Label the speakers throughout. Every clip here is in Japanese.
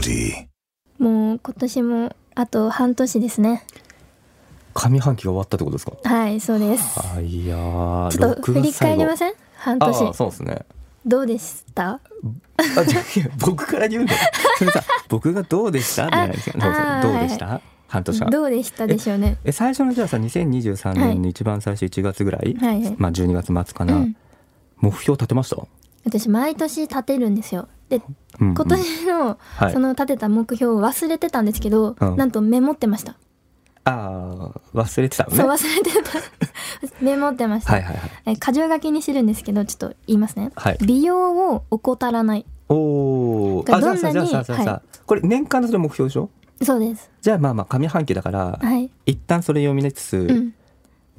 Speaker 1: City.
Speaker 2: もう今年もあと半年ですね。
Speaker 3: 上半期が終わったってことですか
Speaker 2: はい、そうです。
Speaker 3: あいやー
Speaker 2: ちょっと振り返りません半
Speaker 3: ああ
Speaker 2: 年。
Speaker 3: そうですね
Speaker 2: どうでした
Speaker 3: あじゃあいや僕か ら言うのそれさ僕がどうでしたじゃないですか
Speaker 2: あ
Speaker 3: そう
Speaker 2: あー
Speaker 3: そうどうでした、半年間
Speaker 2: どうでしたでしょうね。
Speaker 3: え最初のじゃあさ2023年の一番最初1月ぐらい、
Speaker 2: はいはい
Speaker 3: まあ12月末か
Speaker 2: う
Speaker 3: な、
Speaker 2: ん。
Speaker 3: 目標立てました、
Speaker 2: 私、毎年立てるんですよ。で、
Speaker 3: うんうん
Speaker 2: 今年の
Speaker 3: はい
Speaker 2: その立てた目標を忘れてたんですけど、
Speaker 3: うん
Speaker 2: なんとメモってました。
Speaker 3: ああ忘れてたのね
Speaker 2: そう、忘れて た。メモってました。
Speaker 3: はいはいはい
Speaker 2: えー箇条書きにしてるんですけどちょっと言いますね、
Speaker 3: はい
Speaker 2: 美容を怠らない
Speaker 3: おお
Speaker 2: が
Speaker 3: あじゃあ
Speaker 2: ど
Speaker 3: さ
Speaker 2: んな
Speaker 3: じゃあ
Speaker 2: に
Speaker 3: さじゃあ
Speaker 2: は
Speaker 3: さこれ年間のそれ目標でしょ
Speaker 2: そうです
Speaker 3: じゃあまあまあ上半期だから、
Speaker 2: はい
Speaker 3: 一旦それ読み出つつ、
Speaker 2: うん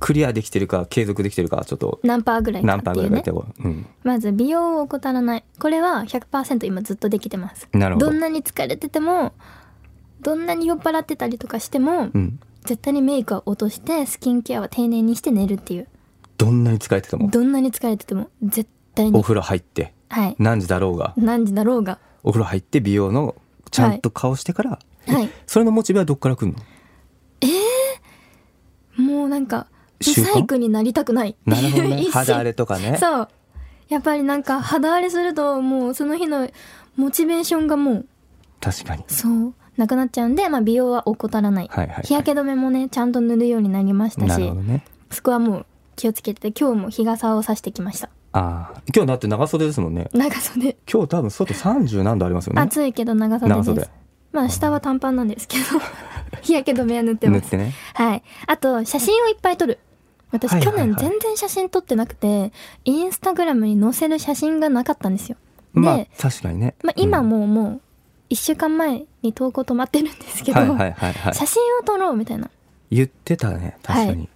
Speaker 3: クリアできてるか継続できてるかちょっと
Speaker 2: 何パーぐらいか
Speaker 3: 何パ
Speaker 2: って
Speaker 3: ーぐ
Speaker 2: いう
Speaker 3: らいかや
Speaker 2: ね
Speaker 3: ってこう、うん、
Speaker 2: まず美容を怠らないこれは100%今ずっとできてます
Speaker 3: なるほど
Speaker 2: んなに疲れててもどんなに酔っ払ってたりとかしても、
Speaker 3: うん、
Speaker 2: 絶対にメイクは落としてスキンケアは丁寧にして寝るっていう
Speaker 3: どんなに疲れてても
Speaker 2: どんなに疲れてても絶対
Speaker 3: お
Speaker 2: に
Speaker 3: 風呂入って
Speaker 2: はい
Speaker 3: 何時だろうが
Speaker 2: 何時だろうが
Speaker 3: お風呂入って美容のちゃんと顔してから、
Speaker 2: はい
Speaker 3: それのモチベはどっから来るの
Speaker 2: もうなんかリ
Speaker 3: 習慣
Speaker 2: サイクルになりたくないって
Speaker 3: なるほど
Speaker 2: いう
Speaker 3: ね
Speaker 2: 一
Speaker 3: 肌
Speaker 2: 心
Speaker 3: 荒れとかね
Speaker 2: そうやっぱりなんか肌荒れするともうその日のモチベーションがもう
Speaker 3: 確かに
Speaker 2: そうなくなっちゃうんで、まあ、美容は怠らない,、
Speaker 3: はいはいはい
Speaker 2: 日焼け止めもねちゃんと塗るようになりました
Speaker 3: なる
Speaker 2: し
Speaker 3: ほどね
Speaker 2: そこはもう気をつけて今日も日傘を差してきました
Speaker 3: ああ今日だって長袖ですもんね
Speaker 2: 長袖
Speaker 3: 今日多分外30何度ありますよね
Speaker 2: 暑いけど長袖で
Speaker 3: 長
Speaker 2: す
Speaker 3: 袖
Speaker 2: まあ下は短パンなんです けど日焼け止めは塗って
Speaker 3: 塗
Speaker 2: ま
Speaker 3: っ
Speaker 2: す
Speaker 3: てね
Speaker 2: はい。あと、写真をいっぱい撮る。私、
Speaker 3: はいはい
Speaker 2: 去
Speaker 3: はい
Speaker 2: 年全然写真撮ってなくて、インスタグラムに載せる写真がなかったんですよ。で、
Speaker 3: ま
Speaker 2: ま
Speaker 3: あ確かにね、
Speaker 2: あ、今
Speaker 3: うん
Speaker 2: もうもう、1週間前に投稿止まってるんですけど、
Speaker 3: はいはいはいはい
Speaker 2: 写真を撮ろうみたいな。
Speaker 3: 言ってたね確かに、
Speaker 2: は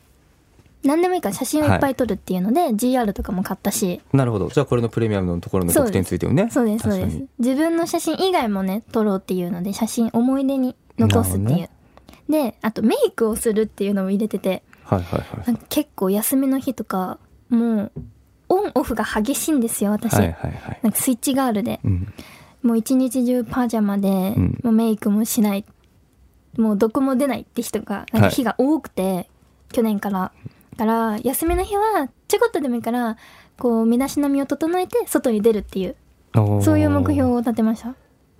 Speaker 2: 何でもいいから写真をいっぱい撮るっていうので、GR とかも買ったし、
Speaker 3: なるほどじゃあこれのプレミアムのところの
Speaker 2: そうで
Speaker 3: 特
Speaker 2: す
Speaker 3: 典ついてるね
Speaker 2: そうです、そう
Speaker 3: 確か
Speaker 2: です。
Speaker 3: に
Speaker 2: 自分の写真以外もね、撮ろうっていうので、写真、思い出に残すっていう。
Speaker 3: なる
Speaker 2: で、あと、メイクをするっていうのも入れてて、
Speaker 3: はいはいはい
Speaker 2: なんか結構休みの日とかもうオンオフが激しいんですよ私、
Speaker 3: はいはいはい
Speaker 2: なんかスイッチガールで
Speaker 3: うん
Speaker 2: もう一日中パジャマで、
Speaker 3: ん
Speaker 2: もうメイクもしないもうどこも出ないって人がなんか日が多くて、去年からだから休みの日はちょこっとでもいいからこう身だしなみを整えて外に出るっていう
Speaker 3: おー
Speaker 2: そういう目標を立てました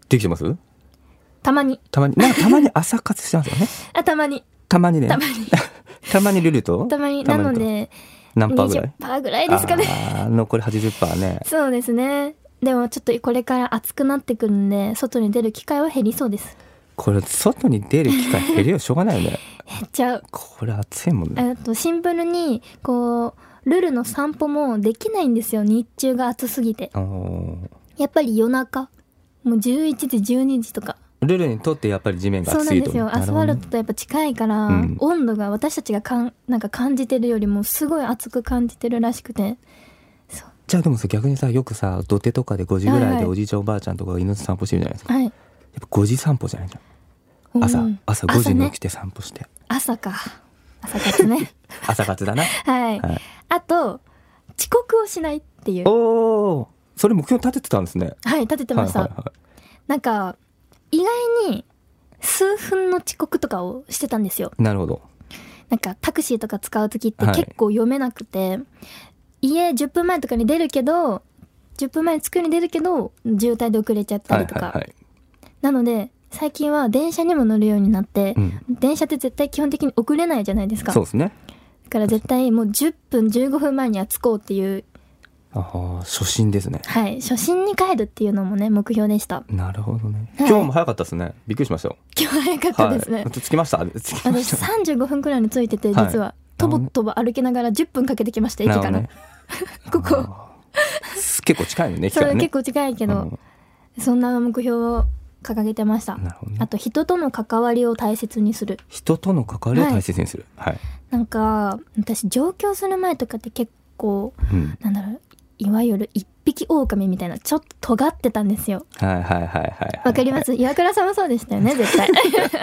Speaker 3: できてます
Speaker 2: たまに
Speaker 3: たまになんかたまに朝活してますよね
Speaker 2: あたまに
Speaker 3: たまにね
Speaker 2: たまに
Speaker 3: たまにルルと
Speaker 2: たまになので
Speaker 3: 何パーぐら
Speaker 2: 20%
Speaker 3: い
Speaker 2: ぐらいですかね
Speaker 3: あー残り80パーね
Speaker 2: そうですね。でもちょっとこれから暑くなってくるんで、外に出る機会は減りそうです。
Speaker 3: これ外に出る機会減るよしょうがないよね
Speaker 2: 減っちゃう。
Speaker 3: これ暑いもんね
Speaker 2: あとシンプルに、こう、ルルの散歩もできないんですよ。日中が暑すぎて。
Speaker 3: あー
Speaker 2: やっぱり夜中。もう11時、12時とか。
Speaker 3: ルルにとってやっぱり地面が
Speaker 2: そうな
Speaker 3: 暑
Speaker 2: ん
Speaker 3: い
Speaker 2: で
Speaker 3: と
Speaker 2: すよ。アスファルトとやっぱ近いから、
Speaker 3: うん
Speaker 2: 温度が私たちがかん、なんか感じてるよりもすごい暑く感じてるらしくて。
Speaker 3: じゃあでもさ逆にさよくさ土手とかで5時ぐ
Speaker 2: は
Speaker 3: らい
Speaker 2: いはい
Speaker 3: でおじいちゃんおばあちゃんとかが犬散歩してるじゃないですか、
Speaker 2: はい。
Speaker 3: やっぱ5時散歩じゃないじゃん朝、
Speaker 2: うん
Speaker 3: 朝5時に
Speaker 2: ね
Speaker 3: 起きて散歩して
Speaker 2: 朝か。朝活ね。
Speaker 3: 朝活だな
Speaker 2: はい。
Speaker 3: はい
Speaker 2: あと、遅刻をしないっていう。
Speaker 3: おおそれ目標立ててたんですね
Speaker 2: はい、立ててました。
Speaker 3: はいはいはい
Speaker 2: なんか、意外に数分の遅刻とかをしてたんですよ。
Speaker 3: なるほど
Speaker 2: なんか、タクシーとか使う時って
Speaker 3: はい
Speaker 2: 結構読めなくて、家10分前とかに出るけど、10分前に作りに出るけど、渋滞で遅れちゃった
Speaker 3: はい
Speaker 2: りとか。
Speaker 3: はいはい
Speaker 2: なので、最近は電車にも乗るようになって、
Speaker 3: うん
Speaker 2: 電車って絶対基本的に遅れないじゃないですか。
Speaker 3: そう
Speaker 2: だ
Speaker 3: ですね
Speaker 2: から絶対もう10分15分前には着こうっていう、
Speaker 3: ああ初心ですね
Speaker 2: はい、初心に帰るっていうのもね、目標でした。
Speaker 3: なるほどね
Speaker 2: は
Speaker 3: 今
Speaker 2: い
Speaker 3: 日も早かったですねびっくりしましたよ
Speaker 2: 今日早かったですね。
Speaker 3: はい着きました着きまし
Speaker 2: 私
Speaker 3: た
Speaker 2: 35分くらいについてて
Speaker 3: はい
Speaker 2: 実はとぼとぼ歩きながら10分かけてきました駅
Speaker 3: なる
Speaker 2: か
Speaker 3: ほ
Speaker 2: ら、
Speaker 3: どね
Speaker 2: ここ
Speaker 3: あー結構近いのね駅
Speaker 2: そ
Speaker 3: から
Speaker 2: れ
Speaker 3: ね
Speaker 2: 結構近いけど、そんな目標を掲げてました
Speaker 3: うんなるほどね
Speaker 2: あと人との関わりを大切にする
Speaker 3: 人との関わりを大切にするはい、
Speaker 2: なんか私上京する前とかって結構
Speaker 3: うん
Speaker 2: なんだろういわゆる一匹狼みたいなちょっと尖ってたんですよ
Speaker 3: はいはいはいはいはい
Speaker 2: わかります岩倉さんもそうでしたよ ね絶対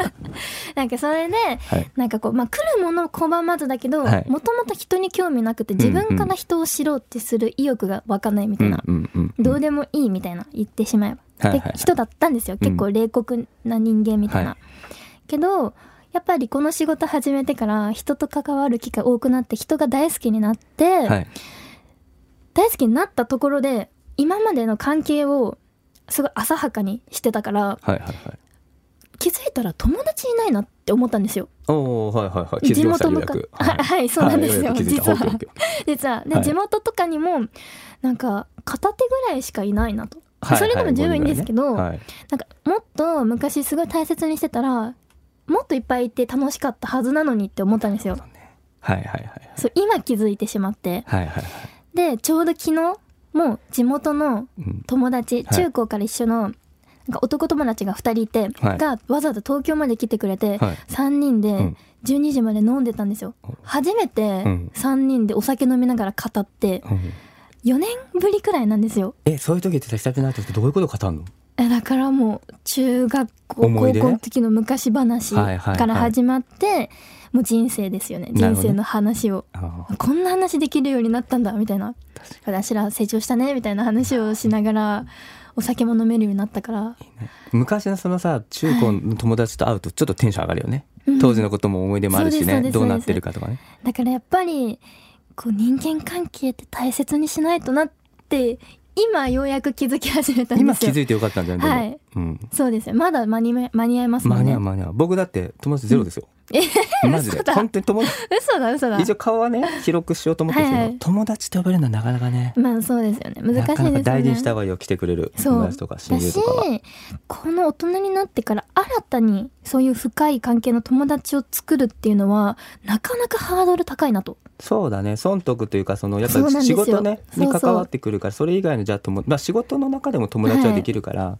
Speaker 2: なんかそれで、
Speaker 3: はい
Speaker 2: なんかこう、まあ、来るものを拒まずだけど
Speaker 3: はい
Speaker 2: もともと人に興味なくて自分から人を知ろうってする意欲が湧かないみ
Speaker 3: う
Speaker 2: たい
Speaker 3: ん
Speaker 2: な、
Speaker 3: うんうん
Speaker 2: どうでもいいみたいな言ってしまえば
Speaker 3: はいはい
Speaker 2: で
Speaker 3: はい
Speaker 2: 人だったんですよ、
Speaker 3: うん
Speaker 2: 結構冷酷な人間みたいな、
Speaker 3: はい
Speaker 2: けどやっぱりこの仕事始めてから人と関わる機会多くなって人が大好きになって、
Speaker 3: はい
Speaker 2: 大好きになったところで今までの関係をすごい浅はかにしてたから
Speaker 3: はいはいはい
Speaker 2: 気づいたら友達いないなって思ったんですよ
Speaker 3: おおはいはいはい気づきました
Speaker 2: 地元
Speaker 3: よう
Speaker 2: の
Speaker 3: や
Speaker 2: か
Speaker 3: く
Speaker 2: はいはいそうなんですよ
Speaker 3: はいやや
Speaker 2: 実は
Speaker 3: 気づいたオッケーオッケーオッケ
Speaker 2: 実はで、
Speaker 3: はい
Speaker 2: 地元とかにもなんか片手ぐらいしかいないなと、
Speaker 3: ーはい
Speaker 2: それで
Speaker 3: は
Speaker 2: も
Speaker 3: い
Speaker 2: 十分いいんですけど、
Speaker 3: はい
Speaker 2: なんかもっと昔すごい大切にしてたらもっといっぱいいて楽しかったはずなのにって思ったんですよ
Speaker 3: はいはいはい
Speaker 2: そう今気づいてしまって
Speaker 3: はいはいはいはい
Speaker 2: でちょうど昨日もう地元の
Speaker 3: うん
Speaker 2: 友達
Speaker 3: はい
Speaker 2: 中高から一緒のなんか男友達が2人いて、
Speaker 3: はい
Speaker 2: がわざわざ東京まで来てくれて、
Speaker 3: はい
Speaker 2: 3人
Speaker 3: う
Speaker 2: で
Speaker 3: ん
Speaker 2: 12時まで飲んでたんですよ、
Speaker 3: うん
Speaker 2: 初めて
Speaker 3: ん
Speaker 2: 3人でお酒飲みながら語って
Speaker 3: うん
Speaker 2: 4年ぶりくらいなんですよ
Speaker 3: えそういう時って炊きたてない時ってどういうこと語るの
Speaker 2: えだからもう中学校
Speaker 3: 思い出
Speaker 2: 高校の時の昔話
Speaker 3: はいはいはい
Speaker 2: から始まって、もう人生ですよね
Speaker 3: なる
Speaker 2: 人
Speaker 3: ほどね
Speaker 2: 生の話を、
Speaker 3: あ
Speaker 2: こんな話できるようになったんだみたいな私ら成長したねみたいな話をしながらお酒も飲めるようになったから
Speaker 3: ー昔のそのさ中高の友達と会うとちょっとテンション上がるよね、
Speaker 2: うん
Speaker 3: 当時のことも思い出もあるし
Speaker 2: そうですそう
Speaker 3: ね
Speaker 2: です
Speaker 3: どうなってるかとかね
Speaker 2: だからやっぱりこう人間関係って大切にしないとなって今ようやく気づき始めたんで
Speaker 3: 今
Speaker 2: す
Speaker 3: 気
Speaker 2: よ
Speaker 3: づいてよかったんじゃない、
Speaker 2: はい
Speaker 3: でもうん
Speaker 2: そうですよまだ間に合い間に合いますも
Speaker 3: 間
Speaker 2: ん
Speaker 3: に
Speaker 2: ね
Speaker 3: 合う間に合う僕だって友達ゼロですよ、 マジで
Speaker 2: 嘘だ
Speaker 3: 本当に 友達
Speaker 2: 嘘だ嘘だ
Speaker 3: 一応顔はね広くしようと思ってるけど、
Speaker 2: はいはい
Speaker 3: 友達って呼ばれるのはなかなかね
Speaker 2: まあそうですよね難しいです
Speaker 3: な
Speaker 2: よ
Speaker 3: かな
Speaker 2: ね
Speaker 3: か大事にした方がいいよ来てくれる
Speaker 2: そう
Speaker 3: 友達とか親友とかは
Speaker 2: だしこの大人になってから新たにそういう深い関係の友達を作るっていうのはなかなかハードル高いなと
Speaker 3: そうだね損得というかそのやっぱ
Speaker 2: そうなん
Speaker 3: り
Speaker 2: です
Speaker 3: 仕
Speaker 2: よ
Speaker 3: 事ね
Speaker 2: そうそう
Speaker 3: に関わってくるからそれ以外のじゃあ友まあ仕事の中でも友達はできるから、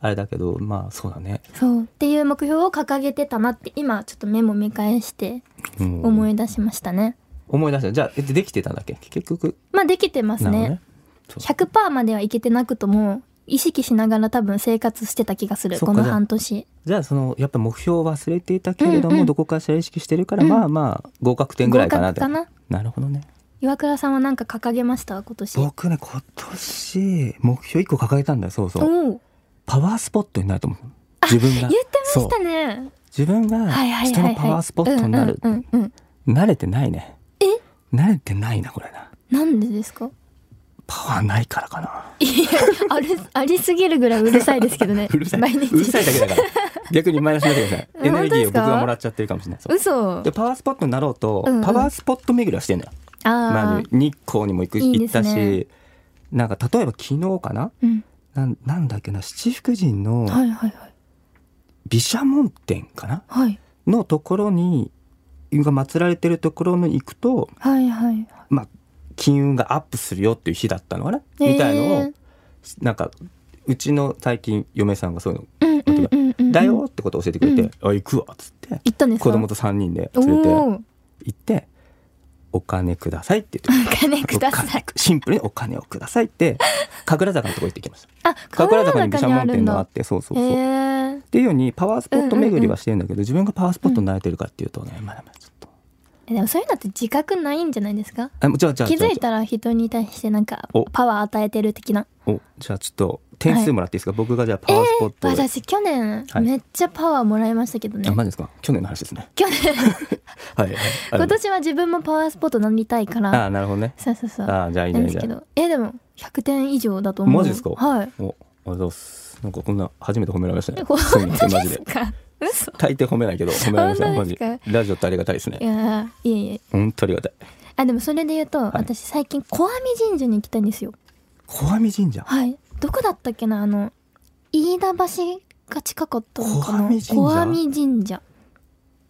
Speaker 3: あれだけどまあそうだね、
Speaker 2: そうっていう目標を掲げてたなって今ちょっとメモ見返して
Speaker 3: うん
Speaker 2: 思い出しましたね、
Speaker 3: 思い出したじゃあえできてたんだっけ結局
Speaker 2: まあできてます
Speaker 3: なの
Speaker 2: ね
Speaker 3: ねそう
Speaker 2: 100%まではいけてなくとも意識しながら多分生活してた気がする
Speaker 3: そっ
Speaker 2: こ
Speaker 3: か
Speaker 2: の半年
Speaker 3: じゃあそのやっぱ目標を忘れていたけれども、
Speaker 2: うんうん
Speaker 3: どこかしら意識してるから、
Speaker 2: うん
Speaker 3: まあまあ合格点ぐらいかなって
Speaker 2: 合格か
Speaker 3: なるほどね
Speaker 2: 岩倉さんは何か掲げました今年
Speaker 3: 僕ね今年目標一個掲げたんだよそう
Speaker 2: お
Speaker 3: そう
Speaker 2: お
Speaker 3: パワースポットになると思う自分
Speaker 2: 言
Speaker 3: が
Speaker 2: ってま
Speaker 3: そう
Speaker 2: したね
Speaker 3: 自
Speaker 2: は
Speaker 3: 分
Speaker 2: い
Speaker 3: が
Speaker 2: はいはい、はい、
Speaker 3: 人のパワースポットになる、
Speaker 2: うんうんうんうん
Speaker 3: 慣れてないね慣れてないなこれな
Speaker 2: なんでですか
Speaker 3: パワーないからかない
Speaker 2: やあるありすぎるぐ らいうるさいですけどね
Speaker 3: うるさいう
Speaker 2: 毎日
Speaker 3: るさいだけだ から逆にマイナスになってくださいエネルギーを
Speaker 2: 本当です
Speaker 3: 僕
Speaker 2: か
Speaker 3: がもらっちゃってるかもしれないそう
Speaker 2: 嘘
Speaker 3: でパワースポットになろうと、
Speaker 2: うんうん
Speaker 3: パワースポット巡りはしてんだよ、
Speaker 2: あ
Speaker 3: ま
Speaker 2: あ
Speaker 3: あ、日光にも行く
Speaker 2: いい
Speaker 3: 行
Speaker 2: で
Speaker 3: っ
Speaker 2: す
Speaker 3: た
Speaker 2: ね
Speaker 3: しなんか例えば昨日かな
Speaker 2: うん
Speaker 3: なんなんだっけな七福神の
Speaker 2: はいはいはい
Speaker 3: 毘沙門天かな
Speaker 2: はい
Speaker 3: のところにが祀られてるところに行くと、
Speaker 2: はいはい
Speaker 3: まあ、金運がアップするよっていう日だったのかな、みたいの
Speaker 2: え
Speaker 3: を
Speaker 2: ー
Speaker 3: なんかうちの最近嫁さんがそういうの
Speaker 2: うんうんうんう
Speaker 3: 「
Speaker 2: ん
Speaker 3: だよ」ってことを教えてくれて
Speaker 2: うん
Speaker 3: 「あ行くわ」っつって
Speaker 2: 行ったんですか
Speaker 3: 子供と3人で連れて
Speaker 2: お
Speaker 3: 行
Speaker 2: お
Speaker 3: って「お金ください」って言って。
Speaker 2: お金 くだ
Speaker 3: お
Speaker 2: さ
Speaker 3: 金
Speaker 2: い
Speaker 3: くシンプルにお金をくださ いって神楽坂のとこ行ってきました
Speaker 2: あ
Speaker 3: 神楽坂に毘
Speaker 2: 中
Speaker 3: 沙
Speaker 2: にあ
Speaker 3: 門
Speaker 2: るん
Speaker 3: 天があ
Speaker 2: だ
Speaker 3: ってそうそう
Speaker 2: へ
Speaker 3: そう、っ
Speaker 2: え
Speaker 3: ていうようにパワースポット巡りはしてるんだけど、自分がパワースポットに慣れてるかっていうとね、まだまだちょっと
Speaker 2: でもそういうのって自覚ないんじゃないですか
Speaker 3: あじゃあじゃあ
Speaker 2: 気
Speaker 3: じゃあ
Speaker 2: づいたら人に対してなんか
Speaker 3: お
Speaker 2: パワー与えてる的な
Speaker 3: おじゃあちょっと点数もらっていいですか、僕がじゃあパワースポットを、
Speaker 2: 私去年
Speaker 3: はい
Speaker 2: めっちゃパワーもらいましたけどね、
Speaker 3: あマジですか去年の話ですね
Speaker 2: 去年
Speaker 3: はいはいあの
Speaker 2: 今年は自分もパワースポットなりたいから
Speaker 3: ああなるほどね
Speaker 2: そうそうそう。
Speaker 3: ああじゃあいい
Speaker 2: な
Speaker 3: ね
Speaker 2: んで
Speaker 3: じ
Speaker 2: す
Speaker 3: ゃ
Speaker 2: け
Speaker 3: あ
Speaker 2: ど、えでも100点以上だと思う。
Speaker 3: マジですか
Speaker 2: はい。
Speaker 3: おありがとうございますなんかこんな初めて褒められましたね
Speaker 2: 本
Speaker 3: すいません
Speaker 2: 当
Speaker 3: マ
Speaker 2: で
Speaker 3: ジ
Speaker 2: す
Speaker 3: で
Speaker 2: か。嘘。
Speaker 3: 大抵褒めないけど褒められました
Speaker 2: 本
Speaker 3: マ
Speaker 2: 当で
Speaker 3: ジ
Speaker 2: すか
Speaker 3: ラジオってありがたいです
Speaker 2: い
Speaker 3: ね
Speaker 2: やーいえいえ。
Speaker 3: 本当ありがたい
Speaker 2: あでもそれで言うと、
Speaker 3: い
Speaker 2: 私最近小網神社に行きたいんですよ。
Speaker 3: 小網神社
Speaker 2: はい。どこだったっけなあの飯田橋が近かったのかな。
Speaker 3: 小網神社
Speaker 2: 小網神社。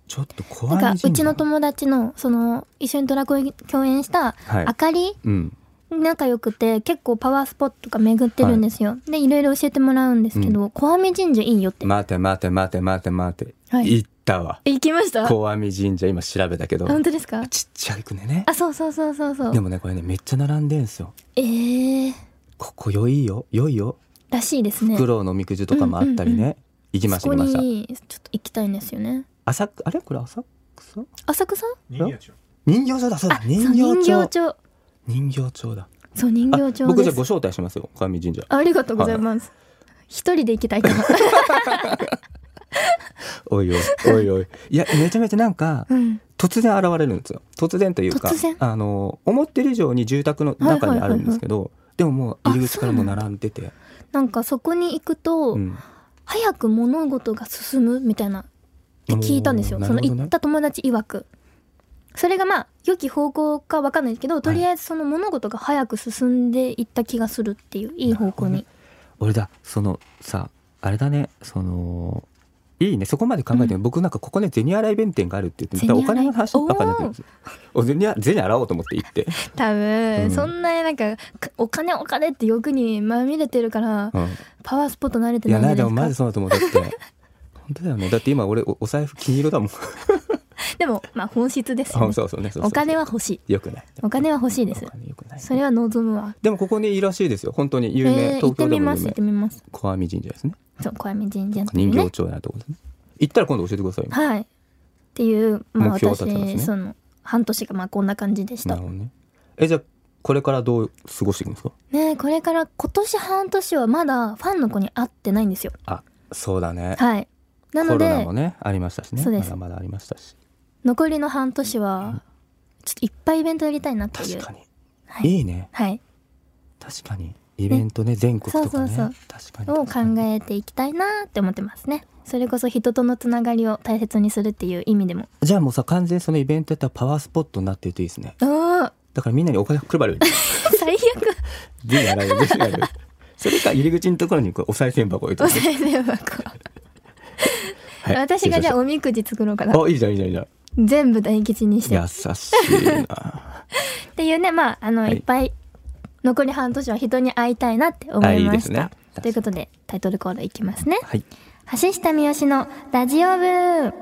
Speaker 3: ちょっと小
Speaker 2: な
Speaker 3: 網
Speaker 2: ん
Speaker 3: 神
Speaker 2: か
Speaker 3: 社
Speaker 2: うちの友達のその一緒にドラゴン共演した
Speaker 3: はい
Speaker 2: あかり
Speaker 3: うん
Speaker 2: 仲良くて結構パワースポットとか巡ってるんですよ。でいろいろ教えてもらうんですけど、小網神社いいよって。
Speaker 3: 待て待て待て待て待て、
Speaker 2: はい
Speaker 3: 行ったわ
Speaker 2: 行きました。
Speaker 3: 小網神社今調べたけど
Speaker 2: 本当ですか
Speaker 3: ちっちゃいくねね
Speaker 2: あそうそうそうそうそ
Speaker 3: で
Speaker 2: う
Speaker 3: もねこれねめっちゃ並んでんすよ
Speaker 2: えー、
Speaker 3: ここ良いよ良いよ
Speaker 2: らしいですね
Speaker 3: 苦労のおみくじとかもあったりね、
Speaker 2: うんうん
Speaker 3: 行きました
Speaker 2: そ
Speaker 3: 行
Speaker 2: こ
Speaker 3: きました
Speaker 2: にちょっと行きたいんですよね
Speaker 3: 浅くあれこれ浅草
Speaker 2: 浅草
Speaker 1: 人形町
Speaker 3: 人形町だそうだ
Speaker 2: あ
Speaker 3: 人
Speaker 2: そう人
Speaker 3: 形
Speaker 2: 形
Speaker 3: 町
Speaker 2: 町
Speaker 3: 人形町だ
Speaker 2: そう人
Speaker 3: あ
Speaker 2: 形町
Speaker 3: 僕じ
Speaker 2: で
Speaker 3: ゃあご
Speaker 2: す
Speaker 3: 招待しますよ小網神社
Speaker 2: ありがとうございます、一人で行きたいか も
Speaker 3: おいおいおいおいいやめちゃめちゃなんか
Speaker 2: うん
Speaker 3: 突然現れるんですよ突然というか
Speaker 2: 突然
Speaker 3: あの思ってる以上に住宅の中にあるんですけど、でももう入り口からもう並んでて
Speaker 2: なんかそこに行くと、
Speaker 3: うん
Speaker 2: 早く物事が進むみたいなって聞いたんですよ、
Speaker 3: おー
Speaker 2: その
Speaker 3: なるほど
Speaker 2: 行
Speaker 3: ね
Speaker 2: った友達曰くそれがまあ良き方向か分かんないけどとりあえずその物事が早く進んでいった気がするっていういい方向に、
Speaker 3: 俺だそのさあれだねそのいいねそこまで考えてない、僕なんかここね銭洗弁店があるって言って
Speaker 2: 銭洗
Speaker 3: お金の話ばっかになってるんですよお銭洗銭洗おうと思って 行って、
Speaker 2: 多分、
Speaker 3: うん
Speaker 2: そんななんかかお金お金って欲にまみれてるから、
Speaker 3: うん、
Speaker 2: パワースポット慣れて
Speaker 3: い
Speaker 2: な
Speaker 3: や
Speaker 2: いんじ
Speaker 3: な
Speaker 2: ゃないいですか
Speaker 3: でもマジそうだと思うだって 本当だよねだって今俺おお財布金色だもんあ
Speaker 2: でもまあ本質ですよ、
Speaker 3: そう
Speaker 2: ね、
Speaker 3: そうねそうそう
Speaker 2: お金は欲しい
Speaker 3: よくない
Speaker 2: お金は欲しいで
Speaker 3: お
Speaker 2: す
Speaker 3: 金よくない
Speaker 2: それは望むわ
Speaker 3: でもここにいいらしいですよ本当に有名、
Speaker 2: えー、行っ
Speaker 3: 東
Speaker 2: て
Speaker 3: 京で
Speaker 2: み
Speaker 3: も
Speaker 2: ま
Speaker 3: 有
Speaker 2: す行っ
Speaker 3: 名
Speaker 2: てみます
Speaker 3: 小網神社ですね
Speaker 2: そう小闇神社っていうね
Speaker 3: 人形町やなとこですね行ったら今度教えてくださいよ
Speaker 2: はい。っていう、まあ
Speaker 3: 目標
Speaker 2: 私、
Speaker 3: だったんですね
Speaker 2: その、半年がまあこんな感じでし
Speaker 3: な
Speaker 2: た
Speaker 3: る。ほどねえじゃあこれからどう過ごしていくんですか
Speaker 2: ねえこれから今年半年はまだファンの子に会ってないんですよ。
Speaker 3: あそうだね
Speaker 2: はい。な
Speaker 3: コ
Speaker 2: の
Speaker 3: ロナ
Speaker 2: で
Speaker 3: も、ねありましたしね
Speaker 2: そうで
Speaker 3: ますだまだありましたし
Speaker 2: 残りの半年は、ちょっといっぱいイベントやりたいなってい
Speaker 3: 確
Speaker 2: う。
Speaker 3: かに、
Speaker 2: はい
Speaker 3: いね
Speaker 2: はい。
Speaker 3: 確かにイベントね全国とかね
Speaker 2: そうそう
Speaker 3: 確かに
Speaker 2: を考えていきたいなって思ってますね。それこそ人とのつながりを大切にするっていう意味でも。
Speaker 3: じゃあもうさ完全にそのイベントやったらパワースポットになってるといいですね
Speaker 2: ああ、
Speaker 3: だからみんなにお金配るように
Speaker 2: 最悪。
Speaker 3: ぜひやられるぜひや られるそれか入り口のところにこうお賽銭箱置いと
Speaker 2: お
Speaker 3: く
Speaker 2: 財布箱。
Speaker 3: はい
Speaker 2: 私がじゃあ
Speaker 3: 失
Speaker 2: おみくじ作ろうかな。
Speaker 3: 礼しましたあいいじゃんいいじゃんいいじゃん
Speaker 2: 全部大吉にして。
Speaker 3: 優しいな
Speaker 2: っていうねまああの、
Speaker 3: はい
Speaker 2: い、っぱい残り半年は人に会いたいなって 思いました
Speaker 3: あいいですね
Speaker 2: ということでタイトルコールいきますね
Speaker 3: はい
Speaker 2: 橋下三好のラジオ部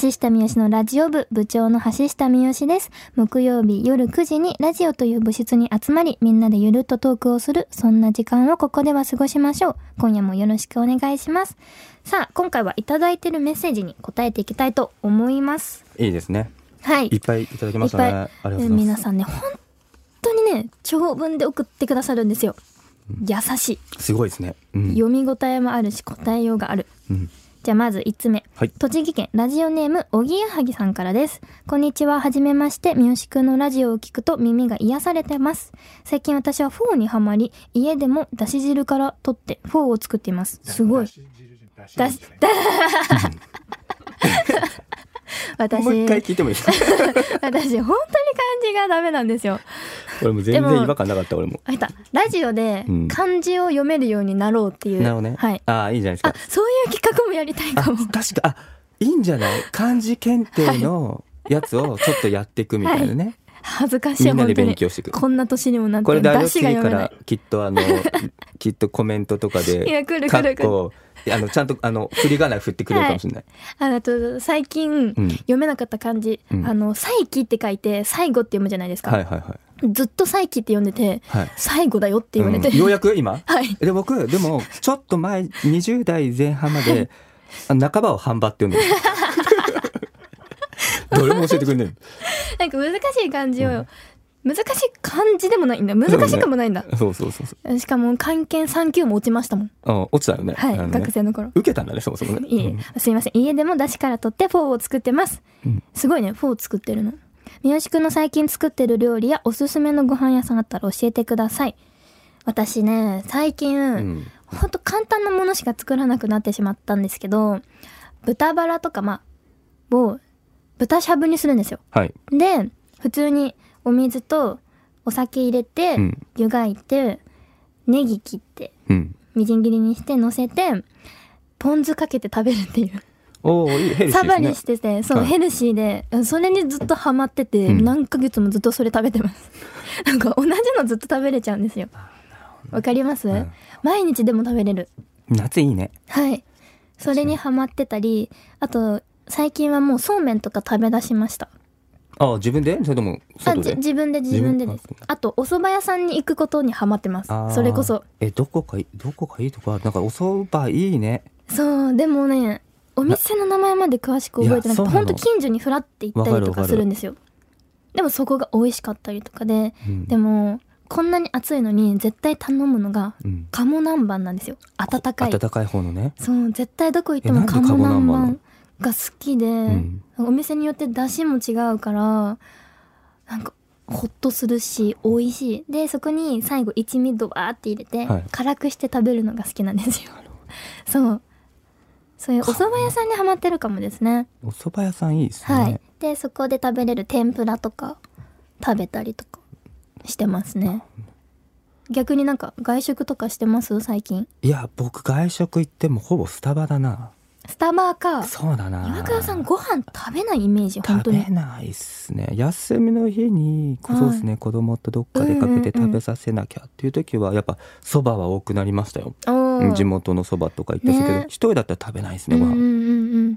Speaker 2: 橋下三好のラジオ部部長の橋下三好です木曜日夜9時にラジオという部室に集まりみんなでゆるっとトークをするそんな時間をここでは過ごしましょう今夜もよろしくお願いしますさあ今回はいただいてるメッセージに答えていきたいと思います
Speaker 3: いいですね
Speaker 2: はい
Speaker 3: いっぱいいただき
Speaker 2: い
Speaker 3: ま
Speaker 2: っ
Speaker 3: したね
Speaker 2: ぱい
Speaker 3: ありがとうございま
Speaker 2: 皆
Speaker 3: す
Speaker 2: さんね本当にね長文で送ってくださるんですよ優し
Speaker 3: すごいですねうん
Speaker 2: い読み応えもあるし答えようがある
Speaker 3: うん
Speaker 2: じゃあまず1つ目、
Speaker 3: はい
Speaker 2: 栃木県ラジオネームおぎやはぎさんからですこんにちははじめまして三好くんのラジオを聞くと耳が癒されてます最近私はフォーにはまり家でもだし汁から取ってフォーを作っていますすごいだしだ私
Speaker 3: もう一回聞いてもいいですか
Speaker 2: 私本当に漢字がダメなんですよ
Speaker 3: 俺も全然違和感なかった俺も
Speaker 2: あいたラジオで
Speaker 3: うん
Speaker 2: 漢字を読めるようになろうっていう、
Speaker 3: なるほどね
Speaker 2: はい
Speaker 3: ああいいじゃないです
Speaker 2: あ
Speaker 3: か
Speaker 2: そういう企画もやりたい
Speaker 3: あ
Speaker 2: かも
Speaker 3: 確かあいいんじゃない漢字検定のやつをちょっとやっていくみたいなね、
Speaker 2: 恥ずかしい
Speaker 3: みんな
Speaker 2: 本
Speaker 3: で
Speaker 2: 当
Speaker 3: 勉
Speaker 2: に
Speaker 3: 強していく
Speaker 2: こんな年にもなっ
Speaker 3: こ
Speaker 2: て
Speaker 3: れだよ
Speaker 2: 出汁が
Speaker 3: 次か
Speaker 2: 読めない
Speaker 3: らきっとあの きっとコメントとかで
Speaker 2: いや来る来る来る
Speaker 3: かっこあのちゃんとあの振り仮名振ってくれるかもしれない、
Speaker 2: ああと最近、
Speaker 3: うん
Speaker 2: 読めなかった漢字、
Speaker 3: うん
Speaker 2: あの「再起」って書いて「最後」って読むじゃないですか、
Speaker 3: はい、はいはいはい
Speaker 2: ずっと「再起」って読んでて「最後だよ」って言われて、
Speaker 3: うんようやく今
Speaker 2: はい
Speaker 3: で僕でもちょっと前20代前半まであの半ばを半ばっ て読んでるどれも教えてくれない
Speaker 2: なんか難しい漢字を、
Speaker 3: うん
Speaker 2: 難しい漢字でもないんだ難しくもないんだ、
Speaker 3: そうそうそうそ
Speaker 2: しかも漢検3級も落ちましたもん
Speaker 3: ううん落ちたよね,、
Speaker 2: はい、
Speaker 3: あのね
Speaker 2: 学生の頃
Speaker 3: 受けたんだねそもそも ね
Speaker 2: いえいえすいません家でも出汁から取ってフォーを作ってます、
Speaker 3: うん
Speaker 2: すごいねフォーを作ってるの三好くんの最近作ってる料理やおすすめのご飯屋さんあったら教えてください私ね最近、
Speaker 3: うん
Speaker 2: ほんと簡単なものしか作らなくなってしまったんですけど豚バラとかまあを豚しゃぶにするんですよ
Speaker 3: はい
Speaker 2: で普通にお水とお酒入れて、
Speaker 3: うん
Speaker 2: 湯がいてネギ切って
Speaker 3: うん
Speaker 2: みじん切りにして乗せてポン酢かけて食べるっていう、
Speaker 3: おおいいヘルシ
Speaker 2: サバ
Speaker 3: ーで
Speaker 2: に
Speaker 3: す
Speaker 2: し
Speaker 3: ね
Speaker 2: ててそう、
Speaker 3: はい
Speaker 2: ヘルシーでそれにずっとハマってて、
Speaker 3: うん
Speaker 2: 何ヶ月もずっとそれ食べてますなんか同じのずっと食べれちゃうんですよわかります、
Speaker 3: ん
Speaker 2: 毎日でも食べれる
Speaker 3: 夏いいね
Speaker 2: はいそれにハマってたりあと最近はもうそうめんとか食べ出しました
Speaker 3: あ自分でそれとも
Speaker 2: あ
Speaker 3: 外
Speaker 2: じ
Speaker 3: で
Speaker 2: 自分で自分で
Speaker 3: 自分
Speaker 2: ですあとお蕎麦屋さんに行くことにハマってます
Speaker 3: あー
Speaker 2: それこそ
Speaker 3: えどこかいどこかいいとこあるなんかお蕎麦いいね
Speaker 2: そうでもねお店の名前まで詳しく覚えてなくて
Speaker 3: いやそう
Speaker 2: ほん
Speaker 3: なの
Speaker 2: と近所にフラって行ったりと
Speaker 3: わかるわか
Speaker 2: か
Speaker 3: る
Speaker 2: するんですよでもそこが美味しかったりとかで、
Speaker 3: うん
Speaker 2: でもこんなに暑いのに絶対頼むのが
Speaker 3: うん、
Speaker 2: 鴨南蛮なんですよ温かい
Speaker 3: 暖かい方のね、
Speaker 2: そう絶対どこ行って
Speaker 3: えな
Speaker 2: も
Speaker 3: んで
Speaker 2: 鴨
Speaker 3: 鴨
Speaker 2: 南
Speaker 3: 南蛮なの
Speaker 2: 蛮が好きで、
Speaker 3: うん
Speaker 2: お店によって出汁も違うからなんかホッとするし美味しいでそこに最後一味ドバーって入れて、
Speaker 3: はい
Speaker 2: 辛くして食べるのが好きなんですよ そうそういうお蕎麦屋さんにはまってるかもですね
Speaker 3: お蕎麦屋さんいいですね、
Speaker 2: はいでそこで食べれる天ぷらとか食べたりとかしてますね逆になんか外食とかしてます最近
Speaker 3: いや僕外食行ってもほぼスタバだな
Speaker 2: スタバーか
Speaker 3: そうだな
Speaker 2: 岩倉さんご飯食べないイメージ本当
Speaker 3: 食
Speaker 2: に
Speaker 3: べないっすね休みの日にこそうですね、子供とどっか出かけて
Speaker 2: うんうんうん
Speaker 3: 食べさせなきゃっていう時はやっぱそばは多くなりましたよ、
Speaker 2: お
Speaker 3: 地
Speaker 2: ー
Speaker 3: 元のそばとか行ってたけど、
Speaker 2: ね
Speaker 3: 一人だったら食べないです
Speaker 2: うん
Speaker 3: ねご
Speaker 2: う
Speaker 3: 飯、
Speaker 2: んうんうん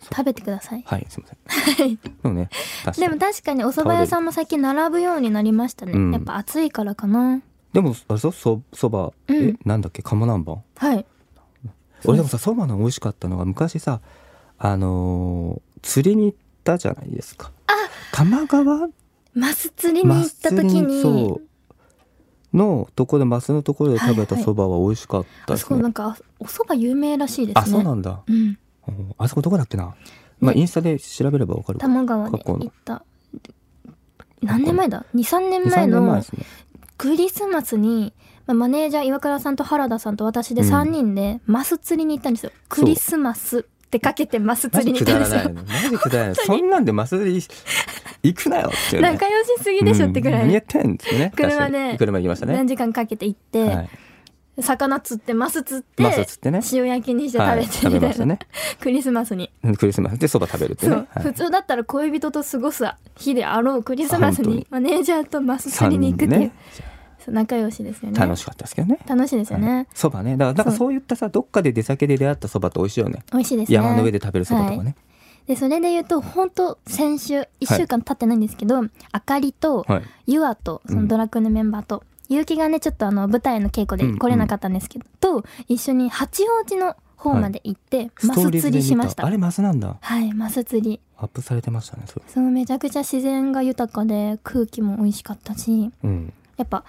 Speaker 3: そう
Speaker 2: 食べてください
Speaker 3: はいすいませんでもね確か
Speaker 2: でも
Speaker 3: に
Speaker 2: 確かにお蕎麦屋さんも最近並ぶようになりましたね、
Speaker 3: うん
Speaker 2: やっぱ暑いからかな
Speaker 3: でもあれそうそそば、
Speaker 2: う
Speaker 3: え
Speaker 2: ん
Speaker 3: なんだっけ鴨南蛮
Speaker 2: はい
Speaker 3: 俺でもさそばの美味しかったのが昔さあのー釣りに行ったじゃないですか玉川
Speaker 2: マス釣りに行った時
Speaker 3: マス
Speaker 2: に
Speaker 3: そうのところでマスのところで食べ
Speaker 2: はい
Speaker 3: た
Speaker 2: はい
Speaker 3: そばは美味しかった
Speaker 2: あ
Speaker 3: で
Speaker 2: そ
Speaker 3: す
Speaker 2: こ
Speaker 3: ね、
Speaker 2: なんかお蕎麦有名らしいですね
Speaker 3: あそうなんだ
Speaker 2: うん
Speaker 3: うんあそこどこだっけな、まあインスタで調べればわかる
Speaker 2: 玉川で
Speaker 3: 過去の
Speaker 2: 行った何年前だ23年前
Speaker 3: 23年前
Speaker 2: の
Speaker 3: ですね
Speaker 2: クリスマスにまあマネージャー岩倉さんと原田さんと私で
Speaker 3: うん
Speaker 2: 3人でマス釣りに行ったんですよ、クリスマスってかけてマス
Speaker 3: マ
Speaker 2: 釣り
Speaker 3: ジ
Speaker 2: に行
Speaker 3: く
Speaker 2: った
Speaker 3: だ
Speaker 2: んで
Speaker 3: ら
Speaker 2: す
Speaker 3: ない
Speaker 2: よ
Speaker 3: のマジくだらな
Speaker 2: 本
Speaker 3: い
Speaker 2: 当
Speaker 3: そ
Speaker 2: に
Speaker 3: んなんでマスで行くなよっていうね
Speaker 2: 仲良しすぎでしょってぐら
Speaker 3: うん
Speaker 2: い、
Speaker 3: 何やってんですよね
Speaker 2: 車で
Speaker 3: 確かに車行きましたね
Speaker 2: 何時間かけて行って、
Speaker 3: はい
Speaker 2: 魚釣ってマス釣って、
Speaker 3: マス釣ってね
Speaker 2: 塩焼きにして
Speaker 3: はい
Speaker 2: 食べてみ
Speaker 3: 食べま
Speaker 2: た
Speaker 3: し
Speaker 2: い
Speaker 3: た
Speaker 2: な、
Speaker 3: ね
Speaker 2: クリスマスに、
Speaker 3: うんクリスマスでそば食べるって
Speaker 2: そ
Speaker 3: ね
Speaker 2: う、
Speaker 3: はい
Speaker 2: 普通だったら恋人と過ごす日であろうクリスマス
Speaker 3: あ本当
Speaker 2: に
Speaker 3: に
Speaker 2: マネージャーとマス
Speaker 3: 三
Speaker 2: 釣りに行くって
Speaker 3: 人
Speaker 2: いう、
Speaker 3: でね
Speaker 2: そう仲良しですよね
Speaker 3: 楽しかったですけどね
Speaker 2: 楽しいですよね、
Speaker 3: はいそばねだからなんか
Speaker 2: そう
Speaker 3: そういったさどっかで出先で出会ったそばって美味しいよね
Speaker 2: 美味しいですね
Speaker 3: 山の上で食べるそばとか
Speaker 2: はい
Speaker 3: ね
Speaker 2: でそれで言うと本当先週1週間経ってないんですけど、あかりと
Speaker 3: はい
Speaker 2: ゆあとそ
Speaker 3: うん
Speaker 2: のドラクエのメンバーと、ゆうきがねちょっとあの舞台の稽古で来れなかったんですけど、と一緒に八王子の方まで行って、マス釣りしまし
Speaker 3: あ
Speaker 2: た
Speaker 3: れマスなんだ
Speaker 2: はいマス釣り
Speaker 3: アップされてましたねそれ
Speaker 2: そのめちゃくちゃ自然が豊かで空気も美味しかったし
Speaker 3: うん
Speaker 2: やっぱ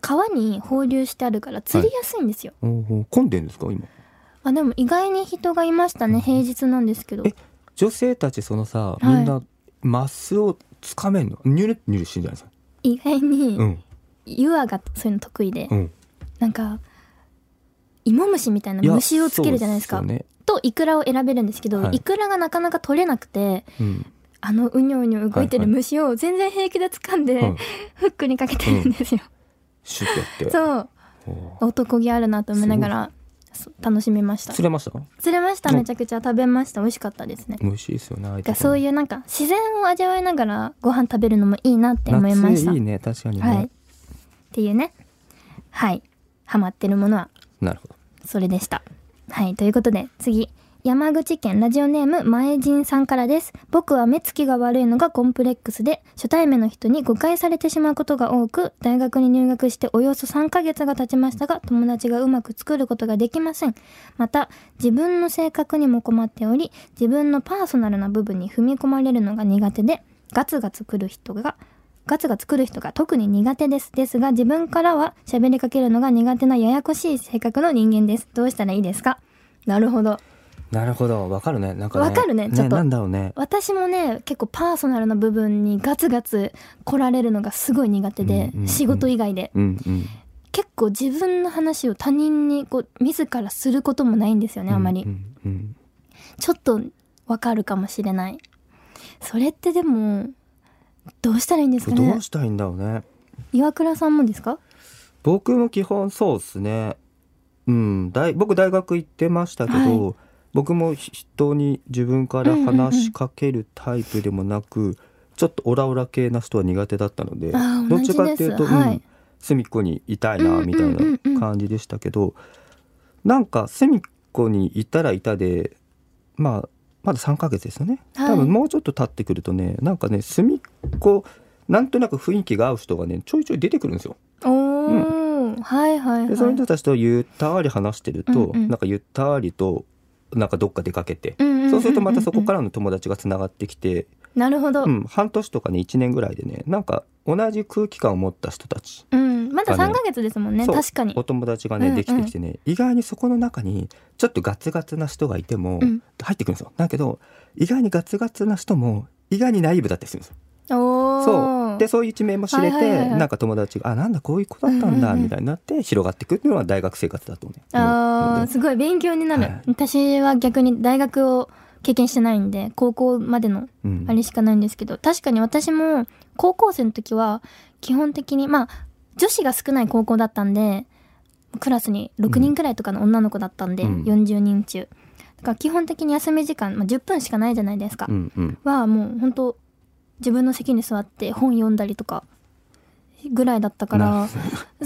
Speaker 2: 川に放流してあるから釣りやすいんですよ、
Speaker 3: おー混んでんですか今
Speaker 2: あでも意外に人がいましたね平日なんですけど
Speaker 3: え女性たちそのさ
Speaker 2: い
Speaker 3: みんなマスをつかめんのニュルッニュルしてんじゃないですか
Speaker 2: 意外
Speaker 3: う
Speaker 2: に
Speaker 3: ん
Speaker 2: ゆあがそういうの得意で、
Speaker 3: うん
Speaker 2: なんか芋虫みたいない
Speaker 3: や
Speaker 2: 虫をつけるじゃないですか
Speaker 3: そうっよね
Speaker 2: とイクラを選べるんですけど、
Speaker 3: はい
Speaker 2: イクラがなかなか取れなくて
Speaker 3: うん
Speaker 2: あのうにょうにょ動いてる
Speaker 3: はい
Speaker 2: 虫を全然平気で掴んで、
Speaker 3: うん
Speaker 2: フックにかけてるんですよ、
Speaker 3: シュッてやっ て
Speaker 2: そう
Speaker 3: おー
Speaker 2: 男気あるなと思いながらそう楽しみました
Speaker 3: 釣れました
Speaker 2: 釣れました
Speaker 3: うん
Speaker 2: めちゃくちゃ食べました美味しかったですね
Speaker 3: 美味しいですよねああいう
Speaker 2: がそう
Speaker 3: う
Speaker 2: いうなんか自然を味わいながらご飯食べるのもいいなって思いました
Speaker 3: 夏いいね確かに
Speaker 2: はいっ
Speaker 3: ね
Speaker 2: ていうねはいハマってるものは
Speaker 3: なるほど
Speaker 2: それでした。はい、ということで次。山口県ラジオネーム前陣さんからです。僕は目つきが悪いのがコンプレックスで、初対面の人に誤解されてしまうことが多く、大学に入学しておよそ3ヶ月が経ちましたが、友達がうまく作ることができません。また、自分の性格にも困っており、自分のパーソナルな部分に踏み込まれるのが苦手で、ガツガツ来る人がガツガツ来る人が特に苦手です。ですが、自分からは喋りかけるのが苦手なややこしい性格の人間です。どうしたらいいですかなるほど。
Speaker 3: なるほどわかるねなんか
Speaker 2: わかるねちょっと
Speaker 3: なんだろうね
Speaker 2: 私もね、結構パーソナルな部分にガツガツ来られるのがすごい苦手で、
Speaker 3: うんうんうん
Speaker 2: 仕事以外で。
Speaker 3: うんうん
Speaker 2: 結構自分の話を他人にこう、自らすることもないんですよね、あまり。
Speaker 3: うんうん
Speaker 2: ちょっとわかるかもしれない。それってでも、どうしたらいいんです
Speaker 3: うん
Speaker 2: か
Speaker 3: ど
Speaker 2: ね
Speaker 3: うしたらいいんだろうね
Speaker 2: 岩倉さんもですか
Speaker 3: 僕も基本そうですねうん大僕大学行ってましたけど、僕も人に自分から話しかけるタイプでもなく、ちょっとオラオラ系な人は苦手だったので
Speaker 2: あー
Speaker 3: どっちかっていうと、
Speaker 2: 同じです
Speaker 3: う
Speaker 2: は
Speaker 3: ん
Speaker 2: い、
Speaker 3: 隅っこにいたいなみたい
Speaker 2: うんうんうんう
Speaker 3: なん感じでしたけど、なんか隅っこにいたらいたでまあまだ3ヶ月ですよね、
Speaker 2: はい
Speaker 3: 多分もうちょっと経ってくるとねなんかね隅っこなんとなく雰囲気が合う人がねちょいちょい出てくるんですよ。
Speaker 2: おー、はいはいはい。
Speaker 3: でその人たちとゆったり話してると、
Speaker 2: うんうん
Speaker 3: なんかゆったりとなんかどっか出かけて、
Speaker 2: んんんんん
Speaker 3: そうするとまたそこからの友達がつながってきて、
Speaker 2: なるほど、う
Speaker 3: うんん、半年とかね1年ぐらいでねなんか同じ空気感を持った人たち
Speaker 2: まだ3ヶ月ですもんね
Speaker 3: そう
Speaker 2: 確かに
Speaker 3: お友達がね
Speaker 2: うん
Speaker 3: できてきてね、意外にそこの中にちょっとガツガツな人がいても
Speaker 2: うん
Speaker 3: 入ってくるんですよ、だけど意外にガツガツな人も意外にナイーブだったりするんですよ
Speaker 2: おお
Speaker 3: そうでそういう一面も知れて、
Speaker 2: はいはいはいはい
Speaker 3: なんか友達が「あなんだこういう子だったん
Speaker 2: うん
Speaker 3: だ」
Speaker 2: うんうん
Speaker 3: みたいになって広がっていくっていうのは大学生活だとね
Speaker 2: あ
Speaker 3: 思うの
Speaker 2: ー
Speaker 3: です
Speaker 2: ごい勉強になる、
Speaker 3: はい
Speaker 2: 私は逆に大学を経験してないんで高校までの
Speaker 3: うん
Speaker 2: あれしかないんですけど確かに私も高校生の時は基本的にまあ女子が少ない高校だったんでクラスに6人くらいとかの女の子だったんで、
Speaker 3: うん
Speaker 2: 40人中だから基本的に休み時間、まあ、10分しかないじゃないですか、
Speaker 3: うんうん
Speaker 2: はもう本当自分の席に座って本読んだりとかぐらいだったから
Speaker 3: な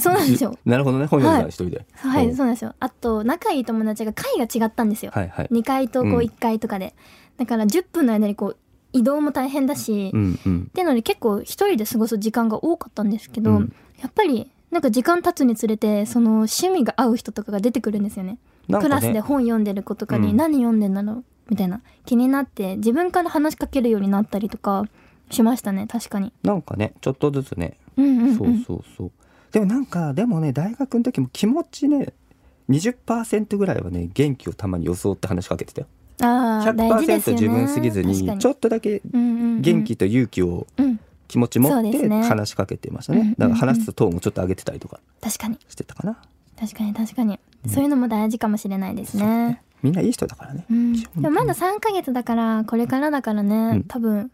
Speaker 2: そうなん ですよ
Speaker 3: なるほどね本読んだら一人で、
Speaker 2: はい
Speaker 3: うん
Speaker 2: そうなんですよあと仲いい友達が階が違ったんですよ、
Speaker 3: はいはい、
Speaker 2: 2階とこう
Speaker 3: うん
Speaker 2: 1階とかで、だから10分の間にこう移動も大変だし、
Speaker 3: う
Speaker 2: っ
Speaker 3: んうん
Speaker 2: ていうので結構一人で過ごす時間が多かったんですけど、
Speaker 3: うん
Speaker 2: やっぱりなんか時間経つにつれてその趣味が合う人とかが出てくるんですよね
Speaker 3: なん
Speaker 2: ク
Speaker 3: か
Speaker 2: ラスで
Speaker 3: ね
Speaker 2: 本読んでる子とかに
Speaker 3: うん
Speaker 2: 何読んでんだろうみたいな気になって自分から話しかけるようになったりとかしましたね確かに。
Speaker 3: なんかねちょっとずつね
Speaker 2: うんうん、うん、
Speaker 3: そうそうそう。でもなんかでもね大学の時も気持ちね20%ぐらいはね元気をたまに装って話しかけてたよ。
Speaker 2: ああ大事です
Speaker 3: 100%
Speaker 2: よね。
Speaker 3: 自分すぎず
Speaker 2: 確か
Speaker 3: にちょっとだけ
Speaker 2: うんうんうん
Speaker 3: 元気と勇気を
Speaker 2: うん
Speaker 3: 気持ち持
Speaker 2: そう
Speaker 3: っ
Speaker 2: です
Speaker 3: て
Speaker 2: ね
Speaker 3: 話しかけてました
Speaker 2: うんうんうん
Speaker 3: ね。だから話すトーンをちょっと上げてたりとか
Speaker 2: 確かに
Speaker 3: してたかな。
Speaker 2: 確かに確かに、そういうのも大事かもしれないですね。
Speaker 3: みんないい人だからね。
Speaker 2: うん、
Speaker 3: 基
Speaker 2: で
Speaker 3: 本的に
Speaker 2: もまだ3ヶ月だからこれからだからね、
Speaker 3: うん
Speaker 2: 多分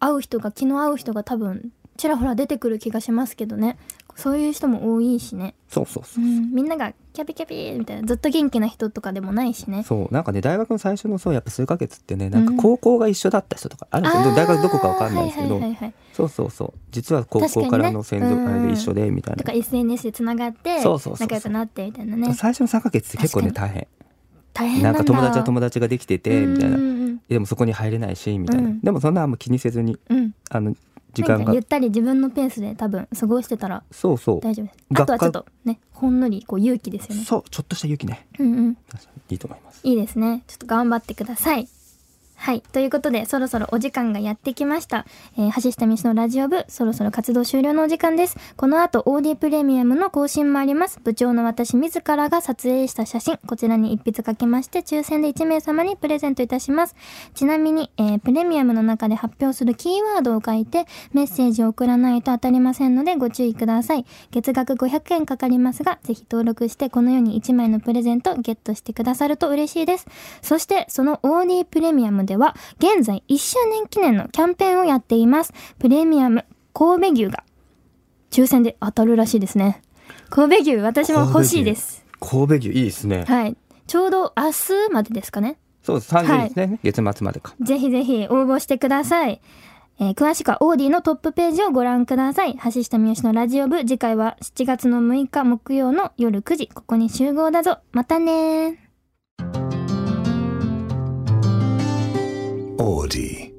Speaker 2: 会う人が気の合う人が多分ちらほら出てくる気がしますけどねそういう人も多いしね、
Speaker 3: そうそうそうう。
Speaker 2: ん、みんながキャピキャピみたいなずっと元気な人とかでもないしね
Speaker 3: そうなんかね大学の最初のそうやっぱ数ヶ月ってねなんか高校が一緒だった人とかあるんですけど、
Speaker 2: あー
Speaker 3: 大学どこかわかんないですけど、
Speaker 2: はいはいはいはい
Speaker 3: そうそうそう実は高
Speaker 2: 確かに
Speaker 3: 校
Speaker 2: ね
Speaker 3: からの先祖あれで一緒でみたい
Speaker 2: と
Speaker 3: な
Speaker 2: か SNS でつながって
Speaker 3: そうそうそうそう
Speaker 2: 仲良くなってみたいなね
Speaker 3: 最初の3ヶ月って結構ね
Speaker 2: 確
Speaker 3: 大変
Speaker 2: 大変な
Speaker 3: なん
Speaker 2: だ
Speaker 3: んか友達は友達ができててみたいな
Speaker 2: うんうん
Speaker 3: でもそこに入れないしみたいな、
Speaker 2: うん
Speaker 3: でもそんなあんま気にせずに
Speaker 2: うんうん
Speaker 3: あの時
Speaker 2: な
Speaker 3: 間
Speaker 2: んか
Speaker 3: が
Speaker 2: ゆったり自分のペースで多分過ごしてたら
Speaker 3: そうそう
Speaker 2: 大丈夫ですあ
Speaker 3: 学
Speaker 2: と
Speaker 3: 科
Speaker 2: はちょっとねほんのりこう勇気ですよね
Speaker 3: そうちょっとした勇気ね
Speaker 2: うんうん
Speaker 3: 確かにいいと思います
Speaker 2: いいですねちょっと頑張ってくださいはいということでそろそろお時間がやってきました、えー橋下美のラジオ部そろそろ活動終了のお時間ですこの後 OD プレミアムの更新もあります部長の私自らが撮影した写真こちらに一筆書きまして抽選で1名様にプレゼントいたしますちなみに、えープレミアムの中で発表するキーワードを書いてメッセージを送らないと当たりませんのでご注意ください月額500円かかりますがぜひ登録してこのように1枚のプレゼントをゲットしてくださると嬉しいですそしてその OD プレミアムでは現在1周年記念のキャンペーンをやっていますプレミアム神戸牛が抽選で当たるらしいですね神戸牛私も欲しいです
Speaker 3: 神戸牛いいですね、
Speaker 2: はいちょうど明日までですかね
Speaker 3: そうです30日ね、月末までか
Speaker 2: ぜひぜひ応募してください。えー詳しくはオーディのトップページをご覧ください。橋下三好のラジオ部、次回は7月の6日木曜の夜9時、ここに集合だぞ。またねー。
Speaker 1: Audi.